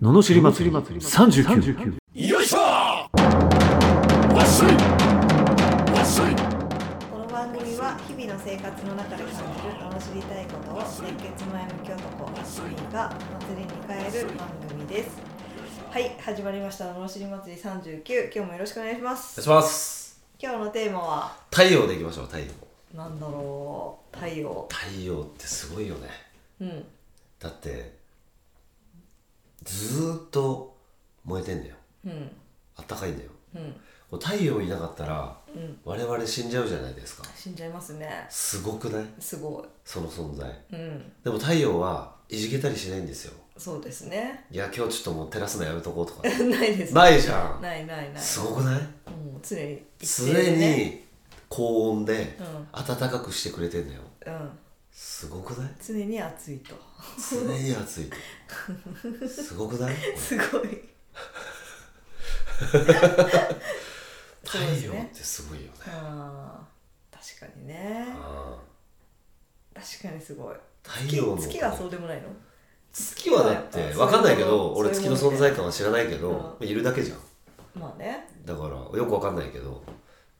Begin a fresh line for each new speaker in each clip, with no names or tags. ののしり祭り39
よいしょわっしょいわっしょい
この番組は日々の生活の中で感じる楽しみたいことを熱血前向き男アスリーが祭りに変える番組ですはい始まりました「のろしり祭り39」今日もよろしくお願いしま
お願い
す
します
今日のテーマは
太陽でいきましょう太陽
なんだろう太陽
太陽ってすごいよね
うん
だってずーっと燃えてんだよ
うん
あったかいんだよ
うん
もう太陽いなかったら
うん
我々死んじゃうじゃないですか
死んじゃいますね
すごくない
すごい
その存在
うん
でも太陽はいじけたりしないんですよ
そうですね
いや今日ちょっともう照らすのやめとこうと か
ないです
ないじゃん
ないないない
すごくない
うん常に
常
ね
に高温で
うん
暖かくしてくれてんだよ
うん
すごくない
常に暑いと
常に暑いすごくない
すご い
太
そうです
陽
ね
ってすごいよね
あー確かにね
あ
確かにすごい
あ太
月
陽の
月はそうでもないの
月はだって
あ
分かんないけ
そういうも
ど
の
俺
そう
月
いう
の
ものね
存在感は知らないけどいるだけじゃん
まあね
だからよく分かんないけど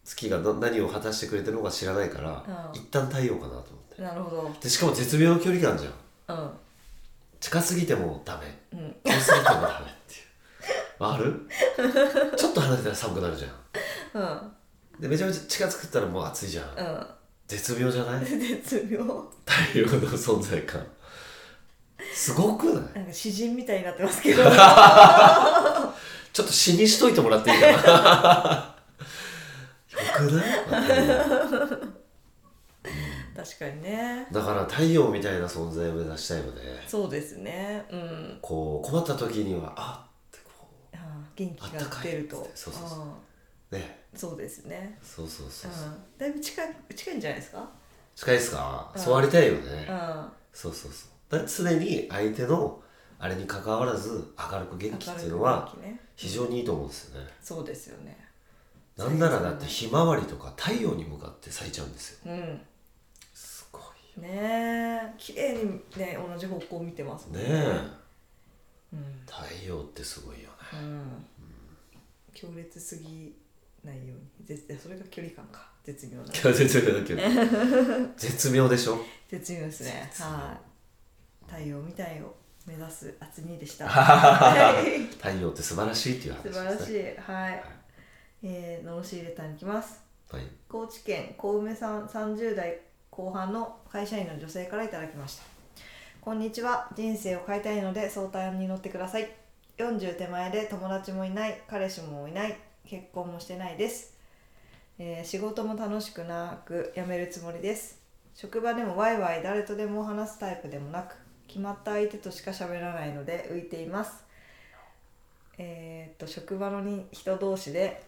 月がな何を果たしてくれてるのか知らないから
うん
一旦太陽かなと思って
なるほど
でしかも絶妙な距離感じゃん
う
近すぎてもダメ
んうん
遠すぎてもダメっていう わかるちょっと離れたら寒くなるじゃん
うん
でめちゃめちゃ近づくったらもう暑いじゃん
う
絶妙じゃない
ん絶妙
太陽の存在感すごくない
なんか詩人みたいになってま すけど
ちょっと詩にしといてもらっていいかなよくない
確かにね
だから太陽みたいな存在を目指したいよね
そうですねうん
こう困った時にはあってこ
あー元気
あ
が出る
った
と
かいっつってそうそうそう
あ
うね
ーそうですね
そうそうそうそう
うんだいぶ近い近いんじゃないですか
近いですか
うん
そうありたいよ
う
ね
ん
そうそうそうだ常に相手のあれに関わらず明るく元気っていうのは
明るい雰囲気ね
非常にいいと思うんですよね
そうですよね
なんならだってひまわりとか太陽に向かって咲いちゃうんですよ
うん
すごい
ねえ綺麗にね同じ方向を見てますもん
ねえ
うん、
太陽ってすごいよね
うん、強烈すぎないように絶それが距離感か絶妙な
絶妙だけど 絶妙でしょ
絶妙ですね
絶妙
はい太陽みたいを目指す厚みでした はい
太陽って素晴らしいっていう話で
素
す
晴
ね
らしいはいえー、のろし入れたにきます
はい、はい、
高知県小梅さん30代後半の会社員の女性からいただきましたこんにちは人生を変えたいので相談に乗ってください40手前で友達もいない彼氏もいない結婚もしてないです、えー仕事も楽しくなく辞めるつもりです職場でもワイワイ誰とでも話すタイプでもなく決まった相手としか喋らないので浮いていますえーっと職場のに人同士で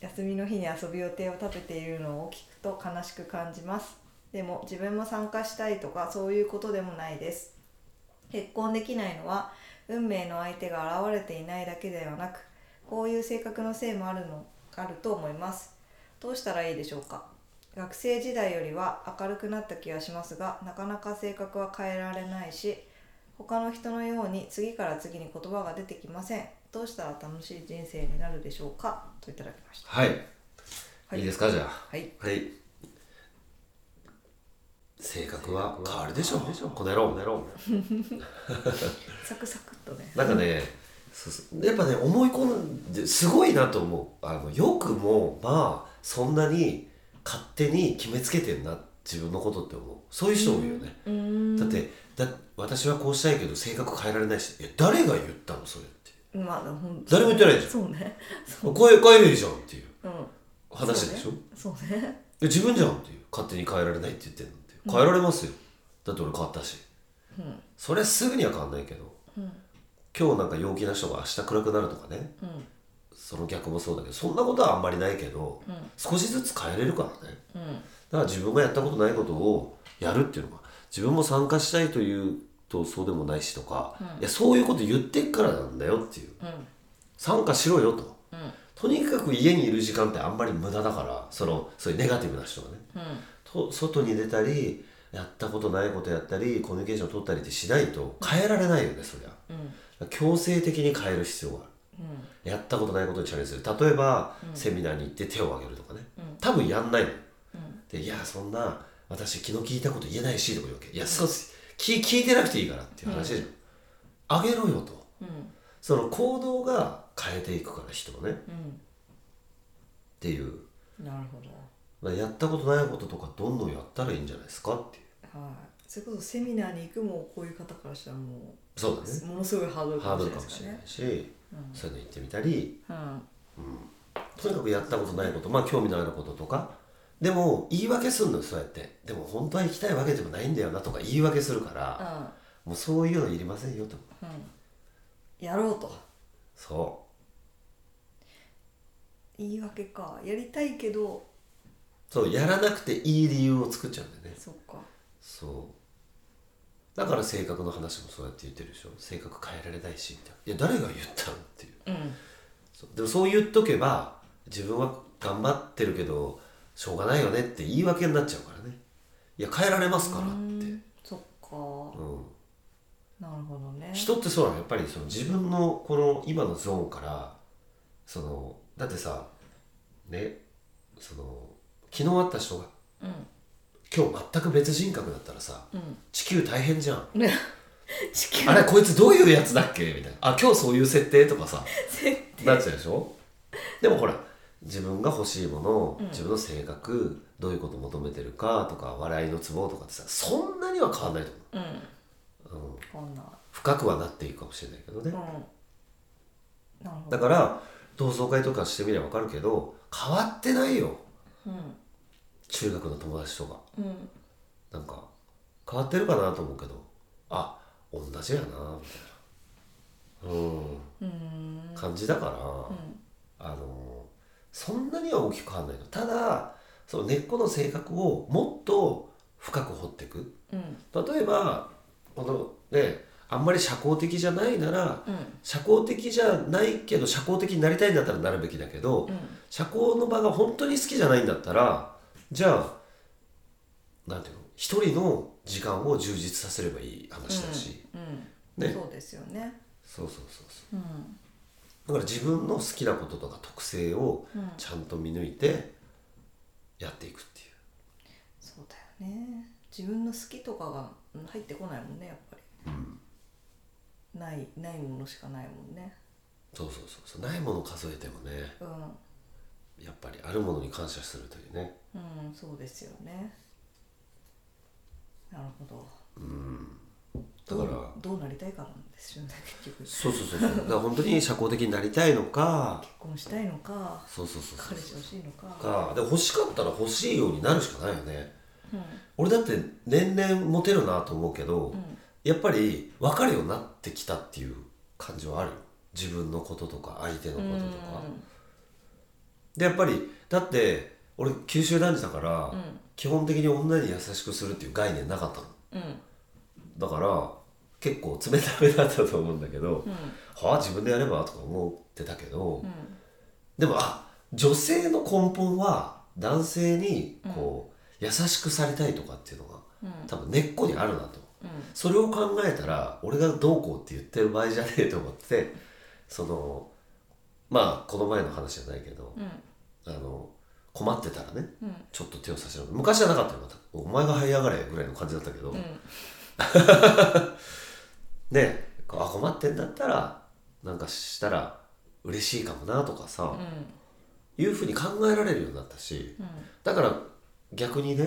休みの日に遊ぶ予定を立てているのを聞くと悲しく感じますでも自分も参加したいとかそういうことでもないです結婚できないのは運命の相手が現れていないだけではなくこういう性格のせいもあるのあると思いますどうしたらいいでしょうか学生時代よりは明るくなった気がしますがなかなか性格は変えられないし他の人のように次から次に言葉が出てきませんどうしたら楽しい人生になるでしょうかといただきました
はいい、いですかじゃあ
はい
はい性格は変わるでしょこの野郎この野郎
サクサクっとね
なんかねそうそうやっぱね思い込んですごいなと思うあのよくもまあそんなに勝手に決めつけてんな自分のことって思うそういう人もいるよね、
うーん
だってだ私はこうしたいけど性格変えられないしいや誰が言ったのそれって
まあでもほん
誰も言ってないじゃん
そうね
声変えるじゃんっていう
うん
話でしょ、
そうね
いや自分じゃんっていう勝手に変えられないって言ってんのって変えられますよ、だって俺変わったし
うん
それはすぐには変わんないけど
うん
今日なんか陽気な人が明日暗くなるとかね
うん
その逆もそうだけどそんなことはあんまりないけど、
うん
少しずつ変えれるからね
うん
だから自分がやったことないことをやるっていうのが自分も参加したいというとそうでもないしとか、
うん
いやそういうこと言ってっからなんだよっていう
うん
参加しろよと
うん
とにかく家にいる時間ってあんまり無駄だからそのそういうネガティブな人がね
うん
と外に出たりやったことないことやったりコミュニケーション取ったりってしないと変えられないよねそりゃ
うん
強制的に変える必要があ
うん
るやったことないことにチャレンジする例えば、
うん
セミナーに行って手を挙げるとかね、
うん
多分やんないの
うん
で「いやそんな私昨日聞いたこと言えないし」とか言うわけ「いやそうです聞聞いてなくていいから」っていう話じゃん、あげろよと
うん
その行動が変えていくから人をねっ
う
ていう、
んなるほど
まあ、やったことないこととかどんどんやったらいいんじゃないですかっていう
はいそれこそセミナーに行くもこういう方からしたらも
そうだ
う
ね
ものすごいハードルか
ハー
も
ド
し
ル
れな
かも
いです
し
か
れ
ら
ない
ね
し、
うん
そういうの行ってみたり
うん
とにかくやったことないことまあ興味のあることとかでも言い訳すんのよそうやってでも本当は行きたいわけでもないんだよなとか言い訳するから
あ
もうそういうのいりませんよと
うんやろうと
そ
言い訳かやりたいけど
うそうやらなくていい理由を作っちゃうんだよね
そっか
そうだから性格の話もそうやって言ってるでしょ性格変えられないしみたいないや誰が言ったのっていう
うん
そうでもそう言っとけば自分は頑張ってるけどしょうがないよねって言い訳になっちゃうからねいや変えられますからって
うんそっか
うん
なるほどね
人ってそうなのやっぱりその自分のこの今のゾーンからそのだってさねその昨日会った人が
うん
今日全く別人格だったらさ
うん
地球大変じゃん
ね地球
あれこいつどういうやつだっけみたいなあ今日そういう設定とかさなっちゃうでしょでもほら自分が欲しいもの、
うん
自分の性格どういうこと求めてるかとか笑いのツボとかってさそんなには変わんないと
うん
思う、うん、
こんな
深くはなっていくかもしれないけど
う
ね
ん、なるほど
だから同窓会とかしてみれば分かるけど変わってないよ
うん
中学の友達とか
うん
なんか変わってるかなと思うけどあ同じやなみたいなう
うーん
ん感じだから、
うん
あのそんなには大きく変わんないのただその根っこの性格をもっと深く掘っていく
うん
例えばこのねあんまり社交的じゃないなら
うん
社交的じゃないけど社交的になりたいんだったらなるべきだけど、
うん
社交の場が本当に好きじゃないんだったらじゃあなんていうの一人の時間を充実させればいい話だし、
うん
ね
そうですよね
そうそうそうそ
うん
うだから自分の好きなこととか特性を
うん
ちゃんと見抜いてやっていくっていう
そうだよね自分の好きとかがうん入ってこないもんねやっぱり、ないないものしかないもんね
そうそうそうそうないものを数えてもね
う
やっぱりあるものに感謝するというね
んうんそうですよねなるほど
だから
どうどうなりたいかなんですよね結局結
そうそうそうそうだから本当に社交的になりたいのか
婚したいのか
そうそうそうそう
彼氏欲しいのか
かで欲しかったら欲しいようになるしかないよね
うん
俺だって年々モテるなと思うけど、
ん
やっぱり分かるようになってきたっていう感じはあるよ自分のこととか相手のこととか、でやっぱりだって俺九州男児だから、
ん
基本的に女に優しくするっていう概念なかったの
うん
だから結構冷ためだったと思うんだけど、
うん
はあ自分でやればとか思ってたけど、
うん
でもあ女性の根本は男性にこう、優しくされたいとかっていうのが
うん
多分根っこにあるなと
うん
それを考えたら俺がどうこうって言ってる場合じゃねえと思ってそのまあこの前の話じゃないけど、
うん
あの困ってたらね
うん
ちょっと手を差し伸べ昔はなかったよまたお前が這い上がれぐらいの感じだったけど、
う
ね
ん
えあ困ってんだったらなんかしたら嬉しいかもなとかさ、いうふうに考えられるようになったし。
うん
だから逆にね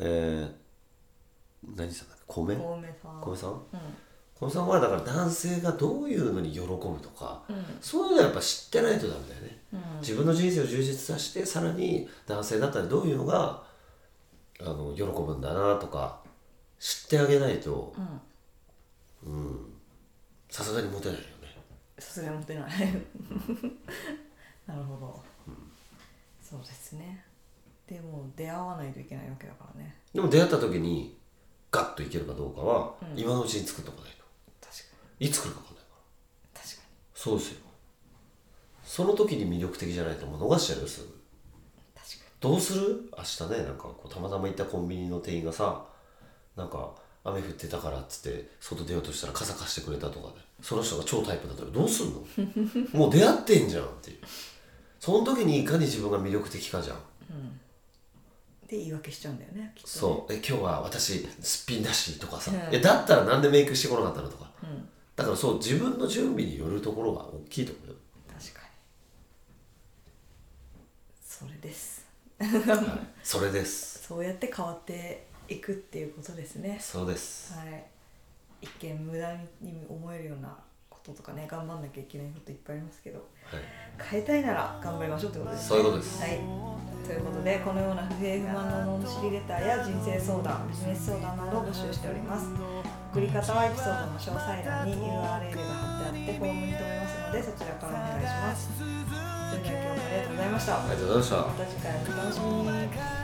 えー、何さんだっけ米
うん多めさ
米さん
う
米さんはだから男性がどういうのに喜ぶとか
んうん
そういうのはやっぱ知ってないとダメだよね
うん
自分の人生を充実させてさらに男性だったらどういうのがあの喜ぶんだなとか知ってあげないと
うん
うんさすがにモテないよね
さすがにモテない なるほど、そうですねでも出会わないといけないわけだからね
でも出会った時にガッといけるかどうかは
うん
今のうちに作っとかないと
確か
いつ来るか分かんないから
に確かに
そうですよその時に魅力的じゃないともう逃しちゃうよすぐ
確か
どうする明日ねなんかこうたまたま行ったコンビニの店員がさなんか雨降ってたからっつって外出ようとしたら傘貸してくれたとかねその人が超タイプだったらどうすん のもう出会ってんじゃんっていうその時にいかに自分が魅力的かじゃん
で言い訳しちゃうんだよねきっとね
そうえ今日は私すっぴんだしとかさ、
うん
いやだったらなんでメイクしてこなかったのとか
うん
だからそう自分の準備によるところが大きいと思う よ
確かにそれです
はいそれです
そうやって変わっていくっていうことですね
そうです
はい一見無駄に思えるようなこととかね頑張んなきゃいけないこといっぱいありますけど
はい
変えたいなら頑張りましょうってことですね
そういうことです
はいということでこのような不平不満の罵りレターや人生相談ビジネス相談などを募集しております送り方はエピソードの詳細欄に URL が貼ってあってフォームに留めますのでそちらからお願いしますそれでは今日もありがとうございました
ありがとうございました
また次回お楽しみに